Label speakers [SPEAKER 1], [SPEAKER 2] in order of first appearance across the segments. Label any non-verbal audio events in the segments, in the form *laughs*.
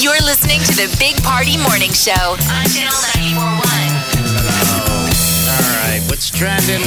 [SPEAKER 1] You're listening to the Big Party Morning Show on Channel 941.
[SPEAKER 2] All right, what's trending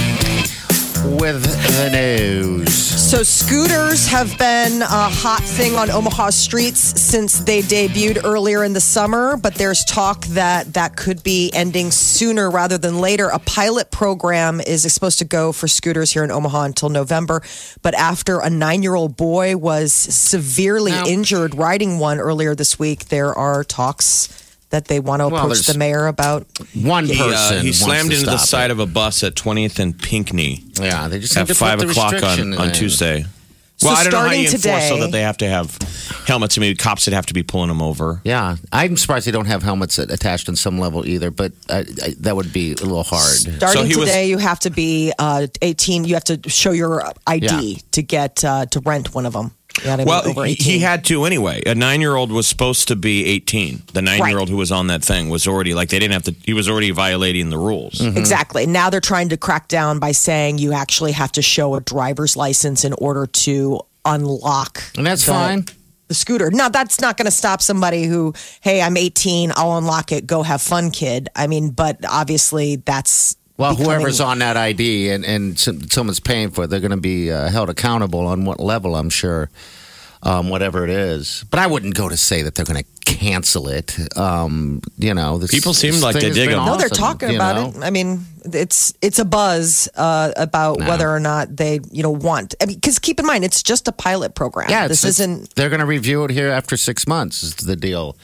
[SPEAKER 2] with the news?
[SPEAKER 3] So, scooters have been a hot thing on Omaha streets since they debuted earlier in the summer, but there's talk that that could be ending sooner rather than later. A pilot program is supposed to go for scooters here in Omaha until November, but after a nine year old boy was severely
[SPEAKER 2] Now-
[SPEAKER 3] injured riding one earlier this week, there are talks that they want to
[SPEAKER 2] Well,
[SPEAKER 3] approach
[SPEAKER 2] there's-
[SPEAKER 3] the mayor about.
[SPEAKER 2] One
[SPEAKER 4] He, uh,
[SPEAKER 2] person.
[SPEAKER 4] he
[SPEAKER 2] wants
[SPEAKER 4] slammed
[SPEAKER 2] to
[SPEAKER 4] into the
[SPEAKER 2] stop it.
[SPEAKER 4] side of a bus at 20th and Pinckney
[SPEAKER 2] Yeah, they just
[SPEAKER 4] at
[SPEAKER 2] need to
[SPEAKER 4] 5
[SPEAKER 2] put the
[SPEAKER 4] o'clock on,
[SPEAKER 2] restriction
[SPEAKER 4] on
[SPEAKER 2] in.
[SPEAKER 4] Tuesday. well, I don't know how
[SPEAKER 3] starting
[SPEAKER 4] you enforce so
[SPEAKER 3] today-
[SPEAKER 4] that they have to have helmets. I mean, cops would have to be pulling them over.
[SPEAKER 2] Yeah, I'm surprised they don't have helmets that- attached on some level either, but I, I, that would be a little hard.
[SPEAKER 3] Starting
[SPEAKER 4] he was-
[SPEAKER 3] today, you have to be uh, 18. You have to show your ID
[SPEAKER 2] Yeah.
[SPEAKER 3] to get uh, to rent one of them. You gotta be over
[SPEAKER 4] Well, he-
[SPEAKER 3] 18.
[SPEAKER 4] he had to anyway. A nine-year-old was supposed to be eighteen. The nine-year-old who was on that thing was already like they didn't have to. He was already violating the rules.
[SPEAKER 3] Mm-hmm. Exactly. Now they're trying to crack down by saying you actually have to show a driver's license in order to unlock.
[SPEAKER 2] And that's
[SPEAKER 3] the-
[SPEAKER 2] fine.
[SPEAKER 3] The scooter. Now that's not going to stop somebody who, hey, I'm 18, I'll unlock it, go have fun, kid. I mean, but obviously that's
[SPEAKER 2] Well,
[SPEAKER 3] becoming-
[SPEAKER 2] whoever's on that ID and, and some, someone's paying for it, they're going to be uh, held accountable on what level, I'm sure, um, whatever it is. But I wouldn't go to say that they're going to cancel it. Um, you know, this,
[SPEAKER 4] People seemed
[SPEAKER 2] this
[SPEAKER 4] like
[SPEAKER 2] thing
[SPEAKER 4] they
[SPEAKER 2] has
[SPEAKER 4] dig
[SPEAKER 2] been
[SPEAKER 4] 'em.
[SPEAKER 3] No, they're
[SPEAKER 2] awesome,
[SPEAKER 3] talking
[SPEAKER 2] you
[SPEAKER 3] about
[SPEAKER 2] know?
[SPEAKER 3] it. I mean, it's it's a buzz uh, about whether or not they you know want. I mean, because keep in mind, it's just a pilot program.
[SPEAKER 2] Yeah,
[SPEAKER 3] this
[SPEAKER 2] it's- it's-
[SPEAKER 3] isn't.
[SPEAKER 2] They're going to review it here after six months. Is the deal?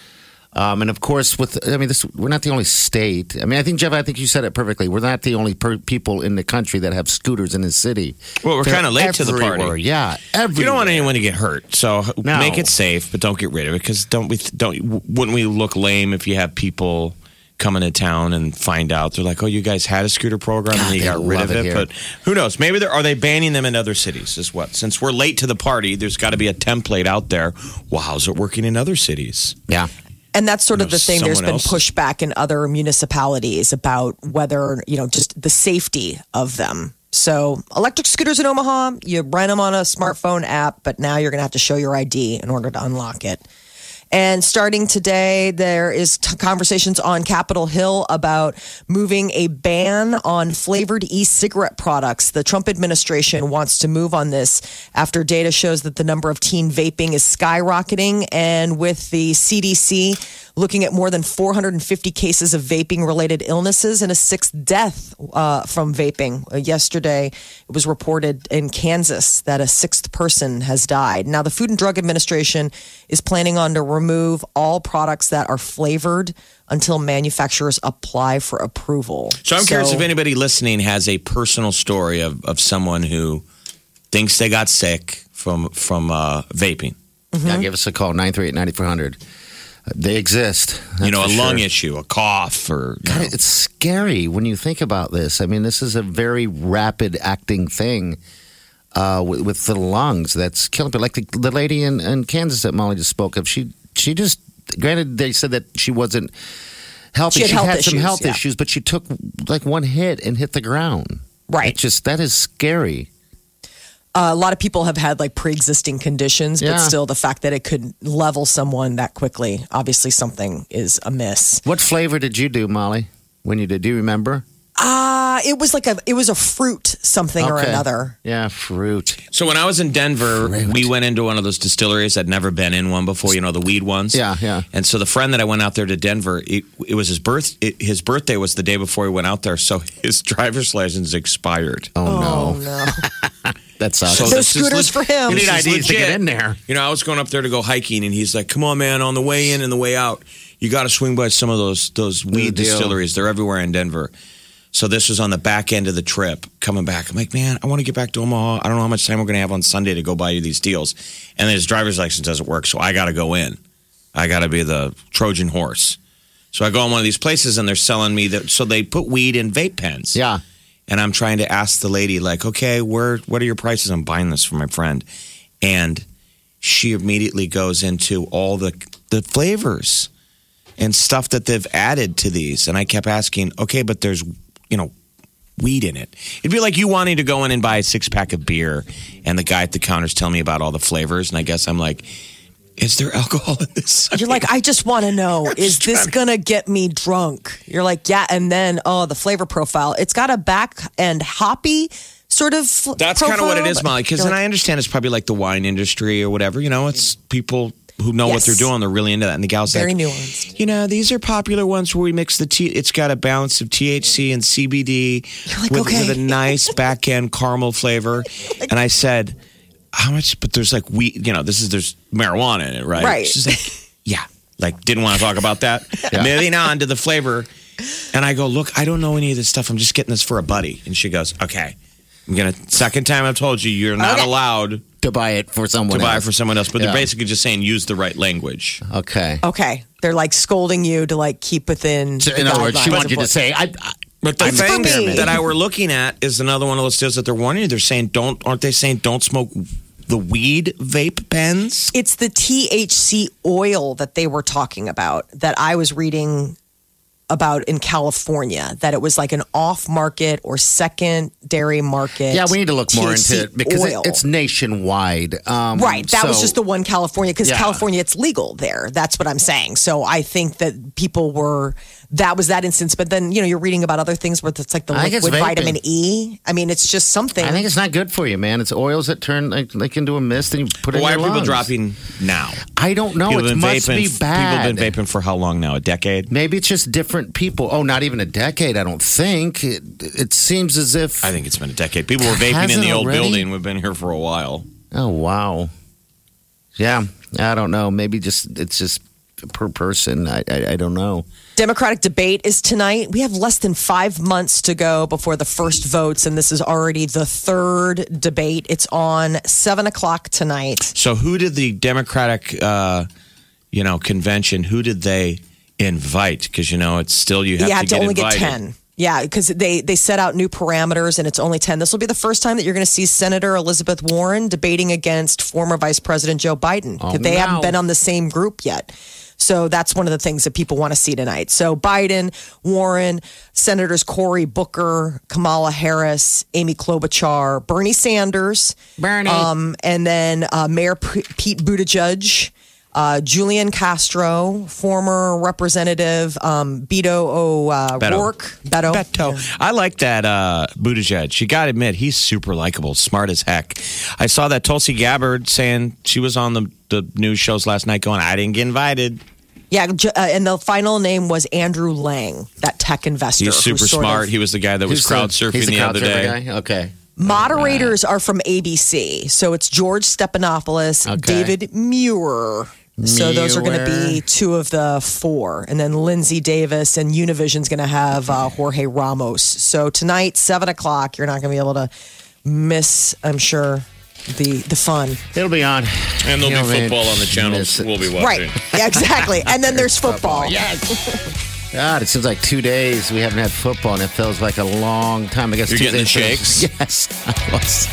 [SPEAKER 2] Um, and of course, with I mean, this we're not the only state. I mean, I think Jeff, I think you said it perfectly. We're not the only per- people in the country that have scooters in the city.
[SPEAKER 4] Well, we're
[SPEAKER 2] They're
[SPEAKER 4] kinda late to the party.
[SPEAKER 2] everywhere. Yeah, everywhere.
[SPEAKER 4] You don't want anyone to get hurt, so
[SPEAKER 2] No.
[SPEAKER 4] make it safe, but don't get rid of it because don't we don't wouldn't we look lame if you have people come into town and find out they're like, oh, you guys had a scooter program
[SPEAKER 2] God,
[SPEAKER 4] and you
[SPEAKER 2] they
[SPEAKER 4] got rid
[SPEAKER 2] love
[SPEAKER 4] of
[SPEAKER 2] it
[SPEAKER 4] it,
[SPEAKER 2] here.
[SPEAKER 4] but who knows? Maybe they're are they banning them in other cities? Is what since we're late to the party, there's got to be a template out there. Well, how's it working in other cities?
[SPEAKER 2] Yeah,
[SPEAKER 3] And that's sort of
[SPEAKER 4] You know,
[SPEAKER 3] the thing. There's been
[SPEAKER 4] someone else-
[SPEAKER 3] pushback in other municipalities about whether you know just the safety of them. So electric scooters in Omaha, you rent them on a smartphone app, but now you're going to have to show your ID in order to unlock it. And starting today, there is t- conversations on Capitol Hill about moving a ban on flavored e-cigarette products. The Trump administration wants to move on this after data shows that the number of teen vaping is skyrocketing, and with the CDC looking at more than 450 cases of vaping-related illnesses and a sixth death uh, from vaping. Uh, yesterday, it was reported in Kansas that a sixth person has died. Now, the Food and Drug Administration is planning on to remove all products that are flavored until manufacturers apply for approval.
[SPEAKER 4] So I'm curious
[SPEAKER 3] So-
[SPEAKER 4] if anybody listening has a personal story of, of someone who thinks they got sick from from uh, vaping.
[SPEAKER 2] yeah.
[SPEAKER 3] Mm-hmm.
[SPEAKER 2] Give us a call 938-9400. They exist.
[SPEAKER 4] you know, a
[SPEAKER 2] that's for
[SPEAKER 4] lung
[SPEAKER 2] sure.
[SPEAKER 4] issue, a cough, or you
[SPEAKER 2] God,
[SPEAKER 4] know.
[SPEAKER 2] it's scary when you think about this. I mean, this is a very rapid acting thing uh, with, with the lungs that's killing people. Like the, the lady in, in Kansas that Molly just spoke of, she she just granted they said that she wasn't healthy.
[SPEAKER 3] She had health
[SPEAKER 2] some
[SPEAKER 3] issues,
[SPEAKER 2] health
[SPEAKER 3] yeah.
[SPEAKER 2] issues, but she took like one hit and hit the ground.
[SPEAKER 3] Right.
[SPEAKER 2] It just that is scary.
[SPEAKER 3] Uh, a lot of people have had like pre-existing conditions, but
[SPEAKER 2] Yeah.
[SPEAKER 3] still the fact that it could level someone that quickly, obviously something is amiss.
[SPEAKER 2] What flavor did you do, Molly? When you did, do you remember?
[SPEAKER 3] Uh, it was like a it was a fruit something or
[SPEAKER 2] Okay.
[SPEAKER 3] another.
[SPEAKER 2] Yeah, fruit.
[SPEAKER 4] So when I was in Denver, we went into one of those distilleries. I'd never been in one before, you know, the weed ones.
[SPEAKER 2] Yeah, yeah.
[SPEAKER 4] And so the friend that I went out there to Denver, it, it was his birth. It, his birthday was the day before he went out there, so *laughs* his driver's license expired.
[SPEAKER 2] Oh, no,
[SPEAKER 3] No.
[SPEAKER 2] that sucks.
[SPEAKER 4] So
[SPEAKER 3] No
[SPEAKER 4] this is
[SPEAKER 3] scooters for him. You
[SPEAKER 4] this
[SPEAKER 2] need
[SPEAKER 4] is
[SPEAKER 2] IDs to get
[SPEAKER 4] legit.
[SPEAKER 2] in there.
[SPEAKER 4] You know, I was going up there to go hiking, and he's like, "Come on, man! On the way in and the way out, you got to swing by some of those those weed
[SPEAKER 2] deal.
[SPEAKER 4] distilleries. They're everywhere in Denver." So this was on the back end of the trip coming back. I'm like, man, I want to get back to Omaha. I don't know how much time we're going to have on Sunday to go buy you these deals. And then his driver's license doesn't work. So I got to go in. I got to be the Trojan horse. So I go on one of these places and they're selling me that. So they put weed in vape pens.
[SPEAKER 2] Yeah.
[SPEAKER 4] And I'm trying to ask the lady, like, okay, where what are your prices? I'm buying this for my friend. And she immediately goes into all the the flavors and stuff that they've added to these. And I kept asking, okay, but there's you know, weed in it. It'd be like you wanting to go in and buy a six pack of beer and the guy at the counter's telling me about all the flavors, and I guess I'm like, is there alcohol in this? *laughs* I
[SPEAKER 3] You're like, I just want to know, is this gonna get me drunk? You're like, yeah, and then oh, the flavor profile. It's got a back end hoppy sort of. fl-
[SPEAKER 4] That's kind of what it
[SPEAKER 3] profile,
[SPEAKER 4] is,
[SPEAKER 3] but
[SPEAKER 4] Molly. Because
[SPEAKER 3] you're
[SPEAKER 4] then I
[SPEAKER 3] like,
[SPEAKER 4] understand it's probably like the wine industry or whatever. You know, it's people who know what
[SPEAKER 3] Yes.
[SPEAKER 4] they're doing. They're really into that. And the gal's
[SPEAKER 3] Very
[SPEAKER 4] like,
[SPEAKER 3] nuanced.
[SPEAKER 4] You know, these are popular ones where we mix the tea. It's got a balance of THC and CBD
[SPEAKER 3] You're like,
[SPEAKER 4] with,
[SPEAKER 3] okay.
[SPEAKER 4] with a nice back end
[SPEAKER 3] *laughs*
[SPEAKER 4] caramel flavor. and I said, how much? But there's like we, you know, this is there's marijuana in it, right?
[SPEAKER 3] Right.
[SPEAKER 4] She's like, *laughs* yeah. Like didn't want to talk about that. Moving on to the flavor. And I go, look, I don't know any of this stuff. I'm just getting this for a buddy. And she goes, okay. I'm gonna second time I've told you you're not allowed
[SPEAKER 2] To buy it for
[SPEAKER 4] to
[SPEAKER 2] someone
[SPEAKER 4] buy
[SPEAKER 2] else.
[SPEAKER 4] for someone else. But
[SPEAKER 2] Yeah.
[SPEAKER 4] they're basically just saying use the right language.
[SPEAKER 2] Okay.
[SPEAKER 3] okay, they're like scolding you to like keep within.
[SPEAKER 2] So in
[SPEAKER 3] the
[SPEAKER 2] other words, she
[SPEAKER 3] guidelines
[SPEAKER 2] wanted
[SPEAKER 3] of
[SPEAKER 2] you to
[SPEAKER 3] what-
[SPEAKER 2] say, I, I
[SPEAKER 4] But the
[SPEAKER 2] I'm
[SPEAKER 4] thing
[SPEAKER 3] experimenting.
[SPEAKER 4] that I were looking at is another one of those deals that they're warning you. They're saying don't aren't they saying don't smoke the weed vape pens?
[SPEAKER 3] It's the THC oil that they were talking about that I was reading about in California that it was like an off market or secondary market.
[SPEAKER 2] yeah, we need to look more
[SPEAKER 3] THC
[SPEAKER 2] into it because it,
[SPEAKER 3] oil.
[SPEAKER 2] it's nationwide. Um,
[SPEAKER 3] Right. That was
[SPEAKER 2] so-
[SPEAKER 3] just the one California, because
[SPEAKER 2] Yeah.
[SPEAKER 3] California, it's legal there. That's what I'm saying. So I think that people were, that was that instance. But then, you know, you're reading about other things where it's like the
[SPEAKER 2] I think it's
[SPEAKER 3] liquid vitamin
[SPEAKER 2] vaping.
[SPEAKER 3] E. I mean, it's just something.
[SPEAKER 2] I think it's not good for you, man. It's oils that turn like, like into a mist, and you put it.
[SPEAKER 4] Why are
[SPEAKER 2] in your
[SPEAKER 4] people
[SPEAKER 2] lungs.
[SPEAKER 4] dropping now?
[SPEAKER 2] I don't know.
[SPEAKER 4] People
[SPEAKER 2] it
[SPEAKER 4] been
[SPEAKER 2] must
[SPEAKER 4] vaping,
[SPEAKER 2] be bad.
[SPEAKER 4] People been vaping for how long now? A decade?
[SPEAKER 2] Maybe it's just different people. Oh, not even a decade. I don't think it. It seems as if.
[SPEAKER 4] I think it's been a decade. People were vaping
[SPEAKER 2] Has
[SPEAKER 4] in
[SPEAKER 2] it
[SPEAKER 4] the old
[SPEAKER 2] already?
[SPEAKER 4] building. We've been here for a while.
[SPEAKER 2] oh wow. Yeah, I don't know. Maybe just it's just per person. I I, I don't know.
[SPEAKER 3] Democratic debate is tonight. We have less than five months to go before the first votes, and this is already the third debate. It's on seven o'clock tonight.
[SPEAKER 4] So who did the Democratic, uh, you know, convention? Who did they invite? Because you know, it's still you have
[SPEAKER 3] you
[SPEAKER 4] to,
[SPEAKER 3] had to,
[SPEAKER 4] get
[SPEAKER 3] only
[SPEAKER 4] invited.
[SPEAKER 3] get 10 yeah because they they set out new parameters and it's only 10 this will be the first time that you're going to see senator elizabeth warren debating against former vice president joe biden 'Cause they haven't
[SPEAKER 2] Oh, no.
[SPEAKER 3] been on the same group yet so that's one of the things that people want to see tonight so biden warren senators cory booker kamala harris amy klobuchar bernie sanders
[SPEAKER 2] Bernie.
[SPEAKER 3] um, and then uh, Mayor P- Pete Buttigieg, uh, Julian Castro, former Representative um, Beto O. Uh,
[SPEAKER 4] Beto.
[SPEAKER 3] Rourke, Beto.
[SPEAKER 4] Beto. I like that uh, Buttigieg. You got to admit, he's super likable, smart as heck. I saw that Tulsi Gabbard saying she was on the, the news shows last night going, I didn't get invited.
[SPEAKER 3] Yeah, ju- uh, and the final name was Andrew Lang, that tech investor.
[SPEAKER 4] He's
[SPEAKER 3] who
[SPEAKER 4] super
[SPEAKER 3] sort
[SPEAKER 4] smart.
[SPEAKER 3] of-
[SPEAKER 4] he was the guy that was
[SPEAKER 2] He's
[SPEAKER 4] crowd
[SPEAKER 2] the-
[SPEAKER 4] surfing
[SPEAKER 2] he's
[SPEAKER 4] the,
[SPEAKER 2] crowd
[SPEAKER 4] other
[SPEAKER 2] surfer
[SPEAKER 4] day.
[SPEAKER 2] guy? Okay.
[SPEAKER 3] Moderators are from ABC, so it's George Stephanopoulos,
[SPEAKER 2] Okay.
[SPEAKER 3] David Muir. So those are going to be
[SPEAKER 2] Muir.
[SPEAKER 3] two of the four, and then Lindsay Davis and Univision's going to have uh, Jorge Ramos. So tonight, seven o'clock, you're not going to be able to miss. I'm sure the the fun,
[SPEAKER 2] It'll be on.
[SPEAKER 4] And there'll
[SPEAKER 2] You'll
[SPEAKER 4] be football on the channels.
[SPEAKER 2] miss it.
[SPEAKER 4] We'll be watching.
[SPEAKER 3] right? Yeah, exactly. And then
[SPEAKER 4] *laughs*
[SPEAKER 3] there's football.
[SPEAKER 2] Yes. God, it seems like two days we haven't had football, and it feels like a long time. I guess
[SPEAKER 4] You're getting
[SPEAKER 2] Tuesday-
[SPEAKER 4] the shakes?
[SPEAKER 2] *laughs* Yes, I was.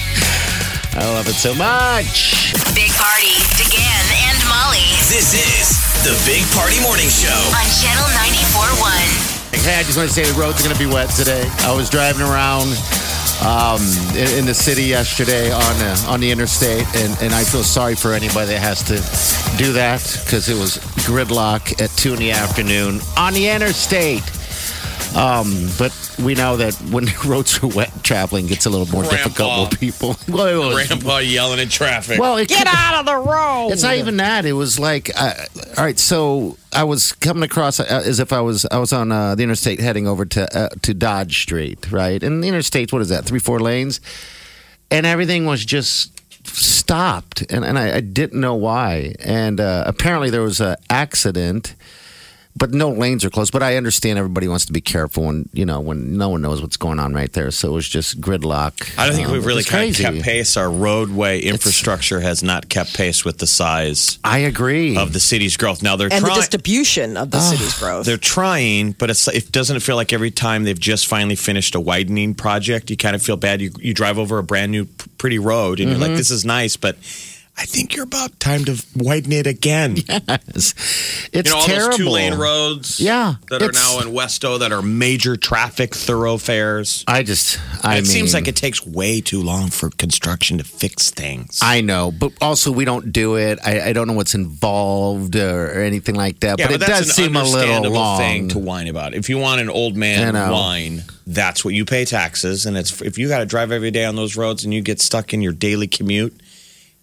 [SPEAKER 2] I love it so much.
[SPEAKER 1] Big Party, DeGan and Molly
[SPEAKER 5] This is the Big Party Morning Show.
[SPEAKER 1] on Channel 94.1.
[SPEAKER 2] Hey, I just want to say the roads are going to be wet today. I was driving around um, in, in the city yesterday on uh, on the interstate, and, and I feel sorry for anybody that has to do that because it was gridlock at two in the afternoon on the interstate. Um, but we know that when *laughs* the roads are wet, traveling gets a little more
[SPEAKER 4] Grandpa.
[SPEAKER 2] difficult with people. *laughs* Well, it was-
[SPEAKER 4] *laughs* Grandpa yelling at traffic.
[SPEAKER 2] well, it get out of the road. It's not even that. It was like, uh, all right. So I was coming across uh, as if I was I was on uh, the interstate heading over to uh, to Dodge Street, right? And the interstate's what is that? Three, four lanes, and everything was just stopped, and and I, I didn't know why. And uh, apparently there was an accident but no lanes are closed. But I understand everybody wants to be careful when you know when no one knows what's going on right there. So it was just gridlock.
[SPEAKER 4] I don't think
[SPEAKER 2] um,
[SPEAKER 4] we've really
[SPEAKER 2] it's
[SPEAKER 4] kind of
[SPEAKER 2] crazy.
[SPEAKER 4] kept pace. Our roadway infrastructure has not kept pace with the size
[SPEAKER 2] I agree.
[SPEAKER 4] of the city's growth. Now they're
[SPEAKER 3] and the
[SPEAKER 4] trying.
[SPEAKER 3] distribution of the city's growth.
[SPEAKER 4] they're trying, but it's it doesn't it feel like every time they've just finally finished a widening project, you kind of feel bad. You you drive over a brand new p- pretty road, and you're like,
[SPEAKER 2] Mm-hmm.
[SPEAKER 4] "This is nice," but I think you're about time to widen it
[SPEAKER 2] *laughs*
[SPEAKER 4] again.
[SPEAKER 2] it's it's
[SPEAKER 4] you know, all
[SPEAKER 2] terrible.
[SPEAKER 4] those two lane roads,
[SPEAKER 2] Yeah,
[SPEAKER 4] that are
[SPEAKER 2] it's-
[SPEAKER 4] now in Westo that are major traffic thoroughfares.
[SPEAKER 2] I just. I
[SPEAKER 4] it seems
[SPEAKER 2] mean-
[SPEAKER 4] like it takes way too long for construction to fix things.
[SPEAKER 2] I know, but also we don't do it. I, I don't know what's involved or, or anything like that.
[SPEAKER 4] yeah,
[SPEAKER 2] but,
[SPEAKER 4] but,
[SPEAKER 2] it
[SPEAKER 4] that's
[SPEAKER 2] does
[SPEAKER 4] an
[SPEAKER 2] seem a little
[SPEAKER 4] understandable
[SPEAKER 2] long.
[SPEAKER 4] thing to whine about. If you want an old man
[SPEAKER 2] I know.
[SPEAKER 4] whine, that's what you pay taxes, and it's if you got to drive every day on those roads and you get stuck in your daily commute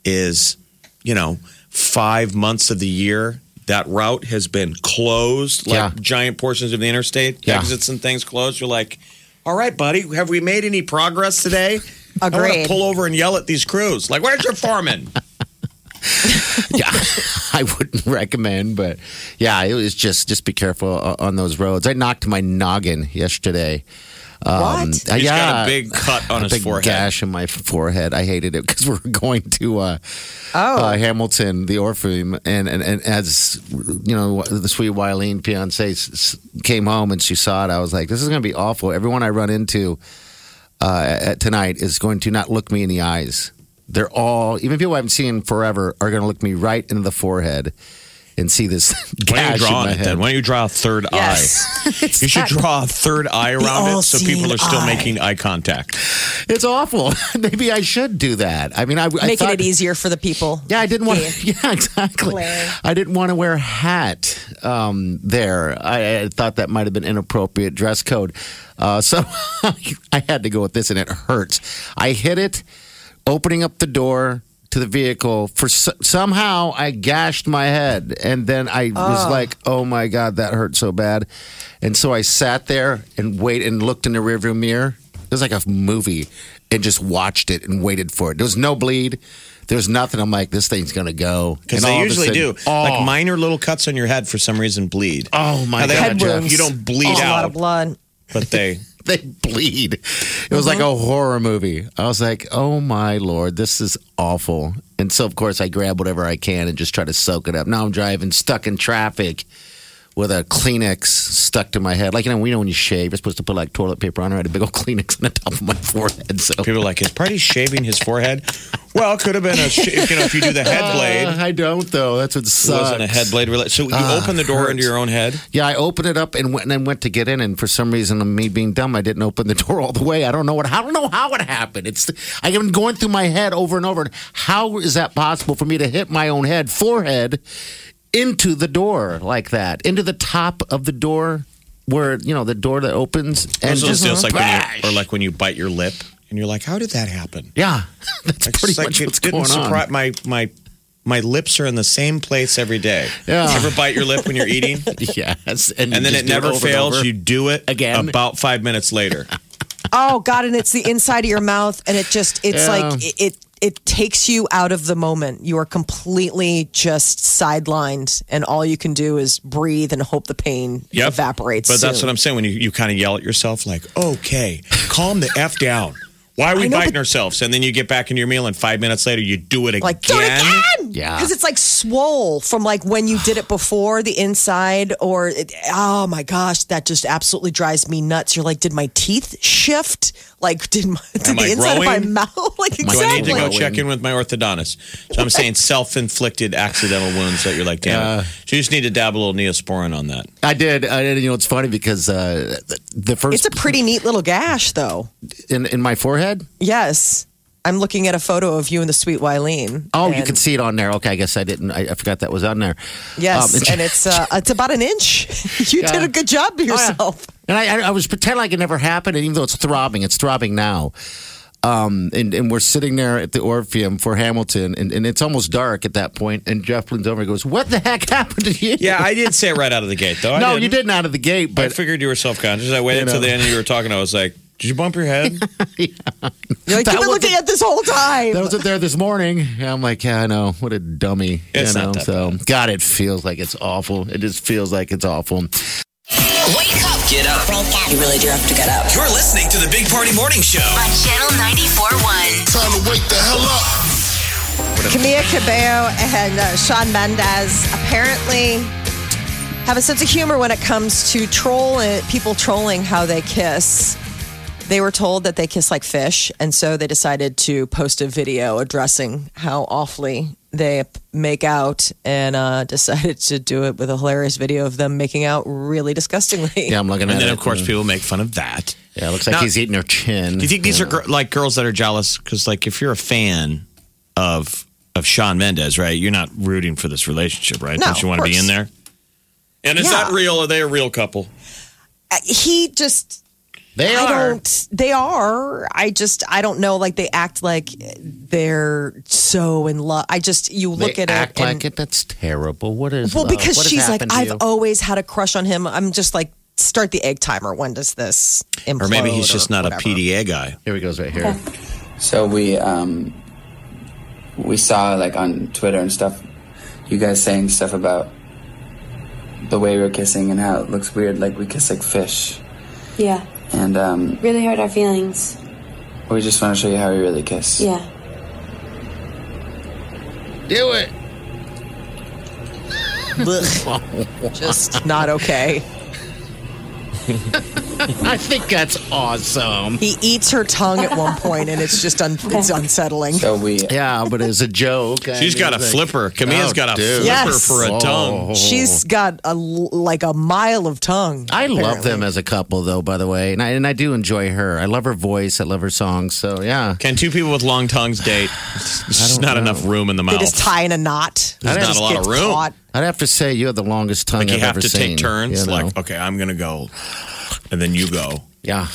[SPEAKER 4] is, you know, five months of the year that route has been closed, like
[SPEAKER 2] Yeah.
[SPEAKER 4] giant portions of the interstate
[SPEAKER 2] Yeah.
[SPEAKER 4] exits and things closed. You're like, all right, buddy, have we made any progress today? I want to
[SPEAKER 3] Agreed.
[SPEAKER 4] pull over and yell at these crews. Like, where's your foreman?
[SPEAKER 2] *laughs* yeah, *laughs* I wouldn't recommend, but yeah, it was just just be careful o- on those roads. I knocked my noggin yesterday.
[SPEAKER 4] Um,
[SPEAKER 3] what?
[SPEAKER 2] Uh,
[SPEAKER 4] He's
[SPEAKER 2] yeah,
[SPEAKER 4] got a big cut on
[SPEAKER 2] a
[SPEAKER 4] his
[SPEAKER 2] big
[SPEAKER 4] forehead.
[SPEAKER 2] gash in my forehead. I hated it because *laughs* we're going to uh, uh, Hamilton, the Orpheum, and, and and as you know, the sweet Wileen fiance s- came home and she saw it. I was like, this is going to be awful. Everyone I run into uh, at tonight is going to not look me in the eyes. They're all, even people I haven't seen in forever, are going to look me right into the forehead and see this *laughs*
[SPEAKER 4] Why don't you
[SPEAKER 2] gash
[SPEAKER 4] draw
[SPEAKER 2] in
[SPEAKER 4] on
[SPEAKER 2] my
[SPEAKER 4] it
[SPEAKER 2] head.
[SPEAKER 4] then? Why don't you draw a third
[SPEAKER 2] *laughs*
[SPEAKER 4] eye? you should draw a third eye around it so people are still
[SPEAKER 3] all-seeing
[SPEAKER 4] making eye contact.
[SPEAKER 2] It's awful. *laughs* Maybe I should do that. I mean, I, I
[SPEAKER 3] Making
[SPEAKER 2] thought,
[SPEAKER 3] it easier for the people.
[SPEAKER 2] Yeah, I didn't want. *laughs* Yeah, exactly. I didn't want to wear a hat um, there. I, I thought that might have been inappropriate dress code, uh, so *laughs* I had to go with this, and it hurts. I hit it, opening up the door to the vehicle. For s somehow, I gashed my head, and then I was like, "Oh my god, that hurt so bad!" And so I sat there and wait and looked in the rearview mirror. It was like a movie and just watched it and waited for it. There was no bleed. There's nothing. I'm like, this thing's going to go. And
[SPEAKER 4] Because
[SPEAKER 2] all of
[SPEAKER 4] they
[SPEAKER 2] a
[SPEAKER 4] usually
[SPEAKER 2] sudden-
[SPEAKER 4] do.
[SPEAKER 2] Oh,
[SPEAKER 4] Like minor little cuts on your head for some reason bleed.
[SPEAKER 2] oh my
[SPEAKER 4] Now, they
[SPEAKER 2] God.
[SPEAKER 4] don't-
[SPEAKER 2] Jeff.
[SPEAKER 4] You don't bleed
[SPEAKER 3] There's a lot
[SPEAKER 4] out,
[SPEAKER 3] of blood.
[SPEAKER 4] but they.
[SPEAKER 2] *laughs* They bleed. It was like a horror movie. I was like, oh my Lord, this is awful. And so, of course, I grab whatever I can and just try to soak it up. Now I'm driving stuck in traffic with a Kleenex stuck to my head. Like, you know, we know when you shave, you're supposed to put like toilet paper on. I had a big old *laughs* Kleenex on the top of my forehead. So
[SPEAKER 4] People are like, is Party shaving his forehead? Well, it could have been a. Sh- you know, if you do
[SPEAKER 2] *laughs*
[SPEAKER 4] the head blade,
[SPEAKER 2] Uh, I don't, though. That's what
[SPEAKER 4] it
[SPEAKER 2] sucks. Ah,
[SPEAKER 4] wasn't a head blade. rela- So you open the door into your own head.
[SPEAKER 2] Yeah, I opened it up and went and then went to get in, and for some reason, me being dumb, I didn't open the *laughs* door all the way. I don't know what. I don't know how it happened. It's I've been going through my head over and over. How is that possible for me to hit my own head, forehead, into the door like that, into the top of the door where you know the door that opens and
[SPEAKER 4] Those
[SPEAKER 2] just
[SPEAKER 4] feels like when
[SPEAKER 2] bash.
[SPEAKER 4] you, or like when you bite your lip, and you're like, how did that happen?
[SPEAKER 2] yeah, *laughs* that's
[SPEAKER 4] It's
[SPEAKER 2] pretty
[SPEAKER 4] like
[SPEAKER 2] much
[SPEAKER 4] it
[SPEAKER 2] what's
[SPEAKER 4] didn't
[SPEAKER 2] going on.
[SPEAKER 4] surpri- My my my lips are in the same place every day.
[SPEAKER 2] Yeah.
[SPEAKER 4] You ever bite your lip when
[SPEAKER 2] *laughs*
[SPEAKER 4] you're eating,
[SPEAKER 2] *laughs* Yes,
[SPEAKER 4] and
[SPEAKER 2] you
[SPEAKER 4] then
[SPEAKER 2] just
[SPEAKER 4] it
[SPEAKER 2] do
[SPEAKER 4] never
[SPEAKER 2] over and
[SPEAKER 4] fails.
[SPEAKER 2] over.
[SPEAKER 4] You do it
[SPEAKER 2] Again.
[SPEAKER 4] about five
[SPEAKER 2] *laughs*
[SPEAKER 4] minutes later.
[SPEAKER 3] Oh God! And it's the inside of your mouth, and it just it's
[SPEAKER 2] Yeah.
[SPEAKER 3] like it, it it takes you out of the moment. You are completely just sidelined, and all you can do is breathe and hope the pain
[SPEAKER 4] Yep.
[SPEAKER 3] evaporates.
[SPEAKER 4] But that's what I'm saying. When you, you kind of yell at yourself, like, okay, calm the f down. Why are we
[SPEAKER 3] I know,
[SPEAKER 4] biting
[SPEAKER 3] but-
[SPEAKER 4] ourselves? And then you get back in your meal, and five minutes later, you do it again.
[SPEAKER 3] like do it again.
[SPEAKER 2] Yeah.
[SPEAKER 3] because it's like swole from like when you did it before the inside, or it, oh my gosh, that just absolutely drives me nuts. You're like, did my teeth shift? Like, did my did
[SPEAKER 4] Am
[SPEAKER 3] the
[SPEAKER 4] I
[SPEAKER 3] inside of my
[SPEAKER 4] growing?
[SPEAKER 3] mouth? *laughs* Like,
[SPEAKER 4] Do
[SPEAKER 3] exactly.
[SPEAKER 4] I need to go
[SPEAKER 2] Growing.
[SPEAKER 4] check in with my orthodontist? So
[SPEAKER 2] *laughs*
[SPEAKER 4] I'm saying self inflicted accidental wounds that you're like, damn. it. So you just need to dab a little neosporin on that.
[SPEAKER 2] I did. I did. You know, it's funny because uh, the- the first
[SPEAKER 3] It's a pretty neat little gash, though.
[SPEAKER 2] in in my forehead.
[SPEAKER 3] Yes. I'm looking at a photo of you and the sweet Wileen.
[SPEAKER 2] Oh, you
[SPEAKER 3] And-
[SPEAKER 2] can see it on there. Okay, I guess I didn't. I, I forgot that was on there.
[SPEAKER 3] Yes,
[SPEAKER 2] Um,
[SPEAKER 3] and it's uh, it's about an inch. *laughs* You
[SPEAKER 2] Yeah.
[SPEAKER 3] did a good job of
[SPEAKER 2] Oh, yeah.
[SPEAKER 3] yourself.
[SPEAKER 2] And I, I, I was pretending like it never happened, and even though it's throbbing, it's throbbing now. Um, and, and we're sitting there at the Orpheum for Hamilton, and, and it's almost dark at that point. And Jeff leans over and goes, "What the heck *laughs* happened to you?"
[SPEAKER 4] Yeah, I did say it right out of the gate, though. I
[SPEAKER 2] no, you didn't out of the gate,
[SPEAKER 4] I
[SPEAKER 2] but
[SPEAKER 4] figured you were self conscious. I waited
[SPEAKER 2] You know.
[SPEAKER 4] until the end and you were talking. I was like, Did you bump your head?
[SPEAKER 3] You're like,
[SPEAKER 2] That
[SPEAKER 3] you've been
[SPEAKER 2] wasn't-
[SPEAKER 3] looking at this whole time.
[SPEAKER 2] That was it there this morning. And I'm like, yeah, I know. What a dummy.
[SPEAKER 4] It's
[SPEAKER 2] you
[SPEAKER 4] not
[SPEAKER 2] know,
[SPEAKER 4] that
[SPEAKER 2] so God, it feels like it's awful. It just feels like it's awful.
[SPEAKER 1] Wake up
[SPEAKER 5] Get up.
[SPEAKER 6] You really do have to get up.
[SPEAKER 5] You're listening to the Big Party Morning Show.
[SPEAKER 1] on Channel 94.1.
[SPEAKER 7] Time to wake the hell up.
[SPEAKER 3] Camila Cabello and uh, Sean Mendez apparently have a sense of humor when it comes to troll uh, people trolling how they kiss. They were told that they kiss like fish, and so they decided to post a video addressing how awfully they make out, and uh, *laughs* decided to do it with a hilarious video of them making out really disgustingly.
[SPEAKER 2] Yeah, I'm looking at
[SPEAKER 4] *laughs* and then,
[SPEAKER 2] it. Mm.
[SPEAKER 4] of course, people make fun of that.
[SPEAKER 2] yeah, it looks like
[SPEAKER 4] Now-
[SPEAKER 2] he's eating her chin.
[SPEAKER 4] Do you think these are gir- like girls that are jealous? Because like if you're a fan of of Sean Mendez, right? You're not rooting for this relationship, right?
[SPEAKER 3] No,
[SPEAKER 4] Don't you want
[SPEAKER 3] of
[SPEAKER 4] to be in
[SPEAKER 3] course.
[SPEAKER 4] there? And is
[SPEAKER 3] Yeah.
[SPEAKER 4] that real? Are they a real couple?
[SPEAKER 3] Uh, He just
[SPEAKER 2] They
[SPEAKER 3] I
[SPEAKER 2] are.
[SPEAKER 3] don't. They are. I just. I don't know. Like they act like they're so in love. I just. You
[SPEAKER 2] They
[SPEAKER 3] look at
[SPEAKER 2] act
[SPEAKER 3] it. and-
[SPEAKER 2] like it. That's terrible. What is?
[SPEAKER 4] uh,
[SPEAKER 3] well,
[SPEAKER 2] love?
[SPEAKER 3] because
[SPEAKER 2] What has
[SPEAKER 3] she's like,
[SPEAKER 2] happened to
[SPEAKER 3] I've
[SPEAKER 2] you?
[SPEAKER 3] always had a crush on him. I'm just like, start the egg timer. When does this implode?
[SPEAKER 4] Or maybe he's just
[SPEAKER 3] or
[SPEAKER 4] not a
[SPEAKER 3] whatever.
[SPEAKER 4] PDA guy.
[SPEAKER 2] Here he goes, right here.
[SPEAKER 4] Oh.
[SPEAKER 8] So we um, we saw like on Twitter and stuff, you guys saying stuff about the way we're kissing and how it looks weird, like we kiss like fish,
[SPEAKER 9] Yeah,
[SPEAKER 8] and um,
[SPEAKER 9] really hurt our feelings.
[SPEAKER 8] we just want to show you how we really kiss.
[SPEAKER 9] Yeah.
[SPEAKER 2] Do it.
[SPEAKER 3] Just not okay.
[SPEAKER 2] I think that's awesome.
[SPEAKER 3] He eats her tongue at one point, and it's just un- it's unsettling.
[SPEAKER 8] So we
[SPEAKER 2] Yeah, but it's a joke. She's
[SPEAKER 4] She's got a flipper. Camilla's
[SPEAKER 2] Oh,
[SPEAKER 4] got a
[SPEAKER 2] dude.
[SPEAKER 4] flipper
[SPEAKER 3] Yes.
[SPEAKER 4] for a tongue.
[SPEAKER 3] She's got a l- like a mile of tongue.
[SPEAKER 2] I love
[SPEAKER 3] apparently.
[SPEAKER 2] them as a couple, though. By the way, and I and I do enjoy her. I love her voice. I love her songs. So yeah,
[SPEAKER 4] Can two people with long tongues date? There's just not enough room in the
[SPEAKER 3] They
[SPEAKER 4] mouth.
[SPEAKER 3] just tie in a knot.
[SPEAKER 4] There's
[SPEAKER 3] Just
[SPEAKER 4] not a lot of
[SPEAKER 3] get
[SPEAKER 4] room.
[SPEAKER 3] caught.
[SPEAKER 2] I'd have to say you have the longest tongue
[SPEAKER 4] like you
[SPEAKER 2] I've
[SPEAKER 4] have
[SPEAKER 2] ever
[SPEAKER 4] to
[SPEAKER 2] seen.
[SPEAKER 4] take turns.
[SPEAKER 2] you know?
[SPEAKER 4] Like, okay, I'm gonna go, and then you go.
[SPEAKER 2] yeah,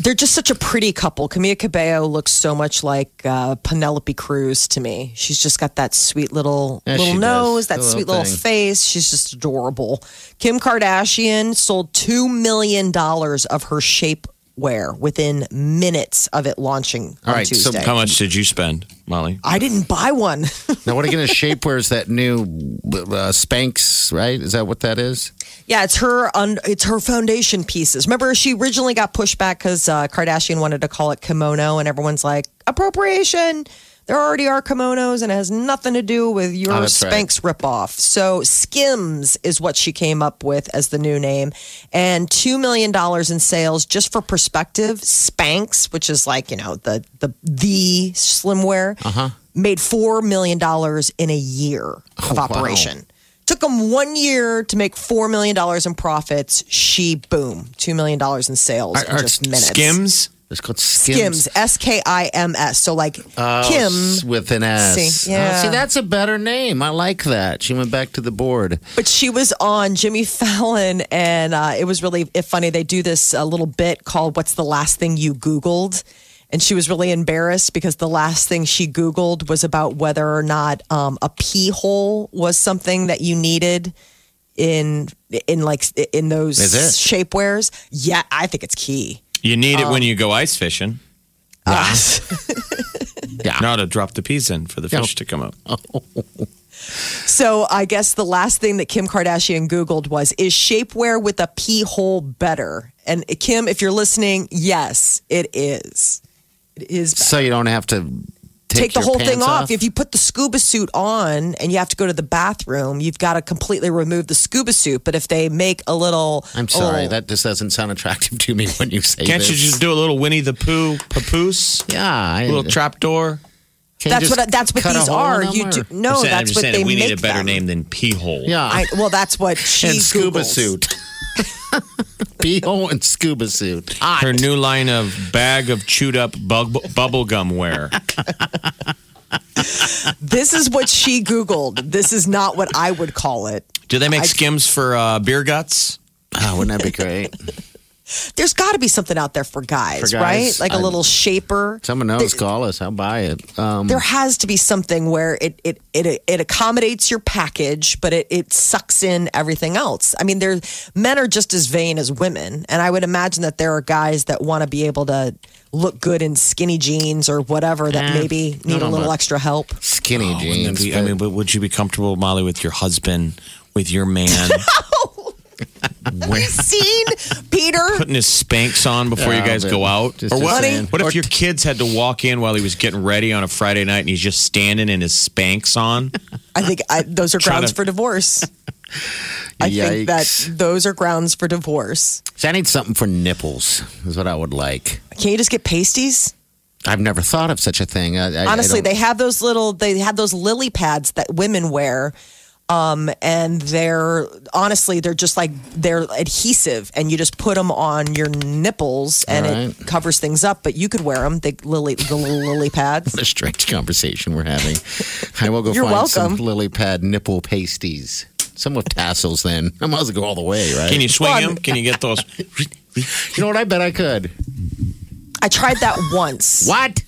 [SPEAKER 3] they're just such a pretty couple. Camila Cabello looks so much like uh, Penelope Cruz to me. She's just got that sweet little
[SPEAKER 2] Yeah,
[SPEAKER 3] little
[SPEAKER 2] she
[SPEAKER 3] nose,
[SPEAKER 2] does.
[SPEAKER 3] that
[SPEAKER 2] The little
[SPEAKER 3] sweet little
[SPEAKER 2] thing.
[SPEAKER 3] face. She's just adorable. Kim Kardashian sold two million dollars of her shapewear within minutes of it launching
[SPEAKER 2] All
[SPEAKER 3] on
[SPEAKER 2] right, so
[SPEAKER 3] Tuesday.
[SPEAKER 4] How much did you spend, Molly?
[SPEAKER 3] I didn't buy one. *laughs*
[SPEAKER 2] Now, what are going to shape? Where's that new uh, Spanx? Right? Is that what that is?
[SPEAKER 3] Yeah, it's her un- it's her foundation pieces. Remember, she originally got pushed back because uh, Kardashian wanted to call it kimono, and everyone's like appropriation. There already are kimonos, and it has nothing to do with your
[SPEAKER 2] Oh, that's right.
[SPEAKER 3] Spanx ripoff. So Skims is what she came up with as the new name, and two million dollars in sales. Just for perspective, Spanx, which is like you know the the the slimwear,
[SPEAKER 2] Uh-huh.
[SPEAKER 3] made four million dollars in a year of
[SPEAKER 2] Oh, wow.
[SPEAKER 3] operation. Took them one year to make four million dollars in profits. She boom, two million dollars in sales
[SPEAKER 2] Are-
[SPEAKER 3] in
[SPEAKER 2] are
[SPEAKER 3] just minutes.
[SPEAKER 4] Skims.
[SPEAKER 2] It's called Skims.
[SPEAKER 3] Skims, S K I M S. So like
[SPEAKER 2] Oh,
[SPEAKER 3] Kim.
[SPEAKER 2] S with an S.
[SPEAKER 3] See,
[SPEAKER 2] Oh,
[SPEAKER 3] yeah.
[SPEAKER 2] see, that's a better name. I like that. She went back to the board.
[SPEAKER 3] But she was on Jimmy *laughs* Fallon, and uh, it was really funny. They do this uh, little bit called "What's the last thing you Googled," and she was really embarrassed because the last thing she Googled was about whether or not um, a pee hole was something that you needed in in like in those
[SPEAKER 2] Is it?
[SPEAKER 3] shapewares. Yeah, I think it's key.
[SPEAKER 4] You need
[SPEAKER 3] Um,
[SPEAKER 4] it when you go ice fishing.
[SPEAKER 3] *laughs*
[SPEAKER 2] Yeah.
[SPEAKER 4] Now to drop the peas in for the
[SPEAKER 2] Yeah.
[SPEAKER 4] fish to come up.
[SPEAKER 3] So I guess the last thing that Kim Kardashian Googled was is shapewear with a pee hole better? And Kim, if you're listening, yes, it is. It is. better.
[SPEAKER 2] So you don't have to take,
[SPEAKER 3] Take, the
[SPEAKER 2] your
[SPEAKER 3] whole thing
[SPEAKER 2] pants
[SPEAKER 3] off. If you put the scuba suit on and you have to go to the bathroom, you've got to completely remove the scuba suit. But if they make a little,
[SPEAKER 2] I'm sorry,
[SPEAKER 3] oh,
[SPEAKER 2] that just doesn't sound attractive to me when you say
[SPEAKER 4] Can't
[SPEAKER 2] this.
[SPEAKER 4] you just do a little Winnie the Pooh papoose?
[SPEAKER 2] Yeah, I,
[SPEAKER 4] A little trapdoor.
[SPEAKER 2] can you
[SPEAKER 3] that's
[SPEAKER 2] just
[SPEAKER 3] what that's what
[SPEAKER 2] cut a
[SPEAKER 3] these
[SPEAKER 2] hole
[SPEAKER 3] are.
[SPEAKER 2] in 'em,
[SPEAKER 3] You
[SPEAKER 2] or-
[SPEAKER 3] do, no,
[SPEAKER 4] I'm saying- I'm
[SPEAKER 3] that's
[SPEAKER 4] just
[SPEAKER 3] what
[SPEAKER 4] saying
[SPEAKER 3] they
[SPEAKER 4] we
[SPEAKER 3] make
[SPEAKER 4] need a better
[SPEAKER 3] them.
[SPEAKER 4] name than pee hole.
[SPEAKER 2] Yeah,
[SPEAKER 3] I, well, that's
[SPEAKER 2] *laughs*
[SPEAKER 3] what she
[SPEAKER 2] and scuba
[SPEAKER 3] Googles.
[SPEAKER 2] suit. *laughs* Beehole and scuba suit. Hot.
[SPEAKER 4] Her new line of bag of chewed up bug, bubblegum wear.
[SPEAKER 3] This is what she Googled. This is not what I would call it.
[SPEAKER 4] Do they make skims for uh, beer guts?
[SPEAKER 2] Ah, Oh, wouldn't that be great?
[SPEAKER 3] There's got to be something out there for guys,
[SPEAKER 2] For guys,
[SPEAKER 3] right? Like a
[SPEAKER 2] I-
[SPEAKER 3] little shaper.
[SPEAKER 2] Someone else call us. I'll buy it. Um,
[SPEAKER 3] There has to be something where it it it, it accommodates your package, but it, it sucks in everything else. I mean, there men are just as vain as women, and I would imagine that there are guys that want to be able to look good in skinny jeans or whatever that
[SPEAKER 2] Eh,
[SPEAKER 3] maybe
[SPEAKER 2] I
[SPEAKER 3] need a
[SPEAKER 2] don't know
[SPEAKER 3] little
[SPEAKER 2] about- *laughs*
[SPEAKER 3] extra help.
[SPEAKER 2] skinny
[SPEAKER 5] Oh, wouldn't
[SPEAKER 2] jeans.
[SPEAKER 5] that be- I
[SPEAKER 2] but-
[SPEAKER 5] mean, but would you be comfortable, Molly, with your husband, with your
[SPEAKER 2] *laughs*
[SPEAKER 5] man, with,
[SPEAKER 3] Seen
[SPEAKER 2] *laughs*
[SPEAKER 3] Peter?
[SPEAKER 5] putting his spanks on before you
[SPEAKER 2] Yeah,
[SPEAKER 5] guys
[SPEAKER 2] but
[SPEAKER 5] go out?
[SPEAKER 2] just
[SPEAKER 5] Or what?
[SPEAKER 2] saying.
[SPEAKER 5] What
[SPEAKER 2] Or
[SPEAKER 5] if your kids had to walk in while he was getting ready on a Friday night and he's just standing in his spanks on?
[SPEAKER 3] I think I, those are
[SPEAKER 5] Trying
[SPEAKER 3] grounds
[SPEAKER 5] to-
[SPEAKER 3] for divorce. I think that
[SPEAKER 2] Yikes.
[SPEAKER 3] those are grounds for divorce.
[SPEAKER 2] So I need something for nipples. Is what I would like.
[SPEAKER 3] Can you just get pasties?
[SPEAKER 2] I've never thought of such a thing. I, I,
[SPEAKER 3] Honestly,
[SPEAKER 2] I
[SPEAKER 3] they
[SPEAKER 2] don't-
[SPEAKER 3] have those little they have those lily pads that women wear. Um, and they're honestly they're just like they're adhesive and you just put them on your nipples and
[SPEAKER 2] All
[SPEAKER 3] it
[SPEAKER 2] right.
[SPEAKER 3] covers things up but you could wear them the lily the little lily
[SPEAKER 2] *laughs*
[SPEAKER 3] pads
[SPEAKER 2] What a strange conversation we're having. I will go
[SPEAKER 3] You're
[SPEAKER 2] find some
[SPEAKER 3] welcome.
[SPEAKER 2] lily pad nipple pasties. Some with tassels. Then I might as well go all the way, right?
[SPEAKER 5] Can you swing
[SPEAKER 3] Well,
[SPEAKER 5] him? Can you get those?
[SPEAKER 2] You know what? I bet I could.
[SPEAKER 3] I tried that once
[SPEAKER 2] What?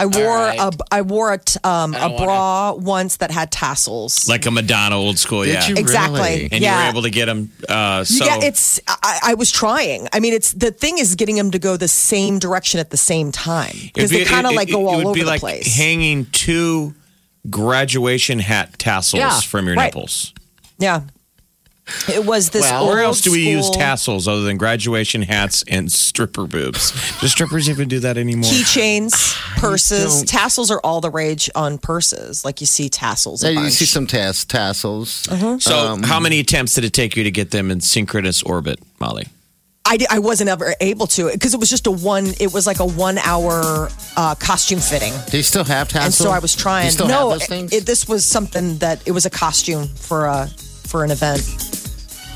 [SPEAKER 3] I wore
[SPEAKER 2] right.
[SPEAKER 3] a I wore a t- um, a
[SPEAKER 2] don't
[SPEAKER 3] bra once that had tassels
[SPEAKER 5] Like a Madonna old school,
[SPEAKER 2] Did
[SPEAKER 5] yeah.
[SPEAKER 2] you
[SPEAKER 3] Exactly.
[SPEAKER 2] really?
[SPEAKER 5] and you
[SPEAKER 3] yeah.
[SPEAKER 5] were able to get him. Uh, so
[SPEAKER 3] Yeah, it's. I, I was trying. I mean, it's the thing is getting them to go the same direction at the same time because
[SPEAKER 5] It'd be-
[SPEAKER 3] they kind of
[SPEAKER 5] it-
[SPEAKER 3] like
[SPEAKER 5] it-
[SPEAKER 3] go
[SPEAKER 5] it
[SPEAKER 3] all
[SPEAKER 5] would
[SPEAKER 3] over
[SPEAKER 5] be
[SPEAKER 3] the
[SPEAKER 5] like
[SPEAKER 3] place.
[SPEAKER 5] Hanging two graduation hat tassels
[SPEAKER 2] Yeah,
[SPEAKER 5] from your
[SPEAKER 3] right.
[SPEAKER 5] nipples.
[SPEAKER 3] yeah, it was this.
[SPEAKER 2] Well,
[SPEAKER 3] old
[SPEAKER 5] Where else do we use
[SPEAKER 3] school
[SPEAKER 5] tassels other than graduation hats and
[SPEAKER 3] *laughs*
[SPEAKER 5] stripper boobs? Do strippers even do that anymore? *sighs*
[SPEAKER 3] Keychains, purses,
[SPEAKER 2] don't-
[SPEAKER 3] tassels are all the rage on purses. Like you see tassels.
[SPEAKER 2] Yeah,
[SPEAKER 3] a
[SPEAKER 2] you
[SPEAKER 3] bunch. Mm-hmm.
[SPEAKER 2] see some tass- tassels.
[SPEAKER 5] So,
[SPEAKER 3] Um,
[SPEAKER 5] how many attempts did it take you to get them in synchronous orbit, Molly?
[SPEAKER 3] I, di- I wasn't ever able to because it was just a one. It was like a one hour uh, costume fitting.
[SPEAKER 2] Do you still have tassels?
[SPEAKER 3] and so I was
[SPEAKER 2] Do
[SPEAKER 3] trying.
[SPEAKER 2] you still
[SPEAKER 3] no,
[SPEAKER 2] have those things?
[SPEAKER 3] It, this was something that it was a costume for a for an event,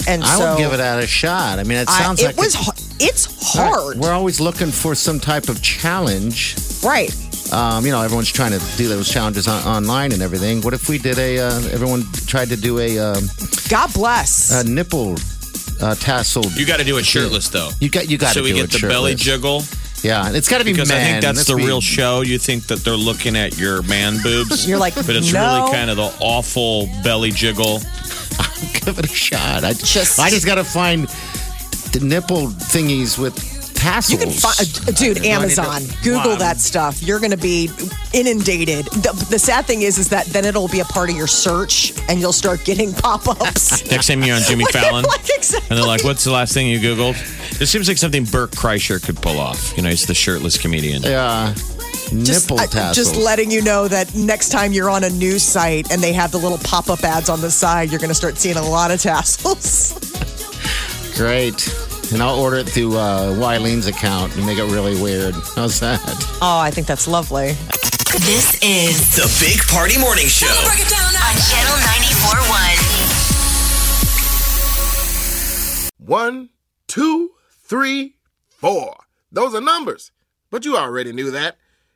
[SPEAKER 3] and
[SPEAKER 2] I
[SPEAKER 3] so
[SPEAKER 2] would give it out a shot. I mean, it
[SPEAKER 3] I-
[SPEAKER 2] sounds
[SPEAKER 3] it
[SPEAKER 2] like
[SPEAKER 3] was.
[SPEAKER 2] a-
[SPEAKER 3] ho- It's
[SPEAKER 2] All right,
[SPEAKER 3] hard,
[SPEAKER 2] We're always looking for some type of challenge.
[SPEAKER 3] right?
[SPEAKER 2] Um, you know, everyone's trying to do those challenges on- online and everything. What if we did a? Uh, everyone tried to do a, um,
[SPEAKER 3] God bless.
[SPEAKER 2] a nipple uh, tassel.
[SPEAKER 5] You got to do it shirtless, though.
[SPEAKER 2] You got. You got
[SPEAKER 5] so
[SPEAKER 2] to
[SPEAKER 5] we
[SPEAKER 2] do
[SPEAKER 5] get
[SPEAKER 2] it
[SPEAKER 5] the belly
[SPEAKER 2] shirtless.
[SPEAKER 5] jiggle
[SPEAKER 2] Yeah, and it's got to be
[SPEAKER 5] because I
[SPEAKER 2] men.
[SPEAKER 5] think that's
[SPEAKER 2] Let's
[SPEAKER 5] the
[SPEAKER 2] be-
[SPEAKER 5] real show. You think that they're looking at your man boobs,
[SPEAKER 3] *laughs* You're like,
[SPEAKER 5] but it's
[SPEAKER 3] no.
[SPEAKER 5] really kind of the awful belly jiggle.
[SPEAKER 2] *laughs* Give it a shot. I
[SPEAKER 3] Just-
[SPEAKER 2] just. I just got to find the nipple thingies with tassels.
[SPEAKER 3] you can uh, find, dude,
[SPEAKER 2] I need to-
[SPEAKER 3] Amazon. Google
[SPEAKER 5] Wow.
[SPEAKER 3] that stuff. You're going to be inundated. The, the sad thing is, is that then it'll be a part of your search, and you'll start getting *laughs* pop-ups.
[SPEAKER 5] Next time you're on Jimmy
[SPEAKER 3] *laughs*
[SPEAKER 5] Fallon,
[SPEAKER 3] like, exactly.
[SPEAKER 5] and they're like, "What's the last thing you googled?" This seems like something Burke Kreischer could pull off. You know, he's the shirtless comedian.
[SPEAKER 2] Yeah.
[SPEAKER 3] just,
[SPEAKER 2] nipple
[SPEAKER 3] I-
[SPEAKER 2] tassels.
[SPEAKER 3] just letting you know that next time you're on a news site and they have the little pop-up ads on the side, you're going to start seeing a lot of tassels.
[SPEAKER 2] Great. And I'll order it through uh, Wylene's account and make it really weird. How's that?
[SPEAKER 3] Oh, I think that's lovely.
[SPEAKER 1] This is
[SPEAKER 10] The Big Party Morning Show.
[SPEAKER 1] Break it down on Channel 94.1.
[SPEAKER 4] One, two, three, four. Those are numbers. But you already knew that.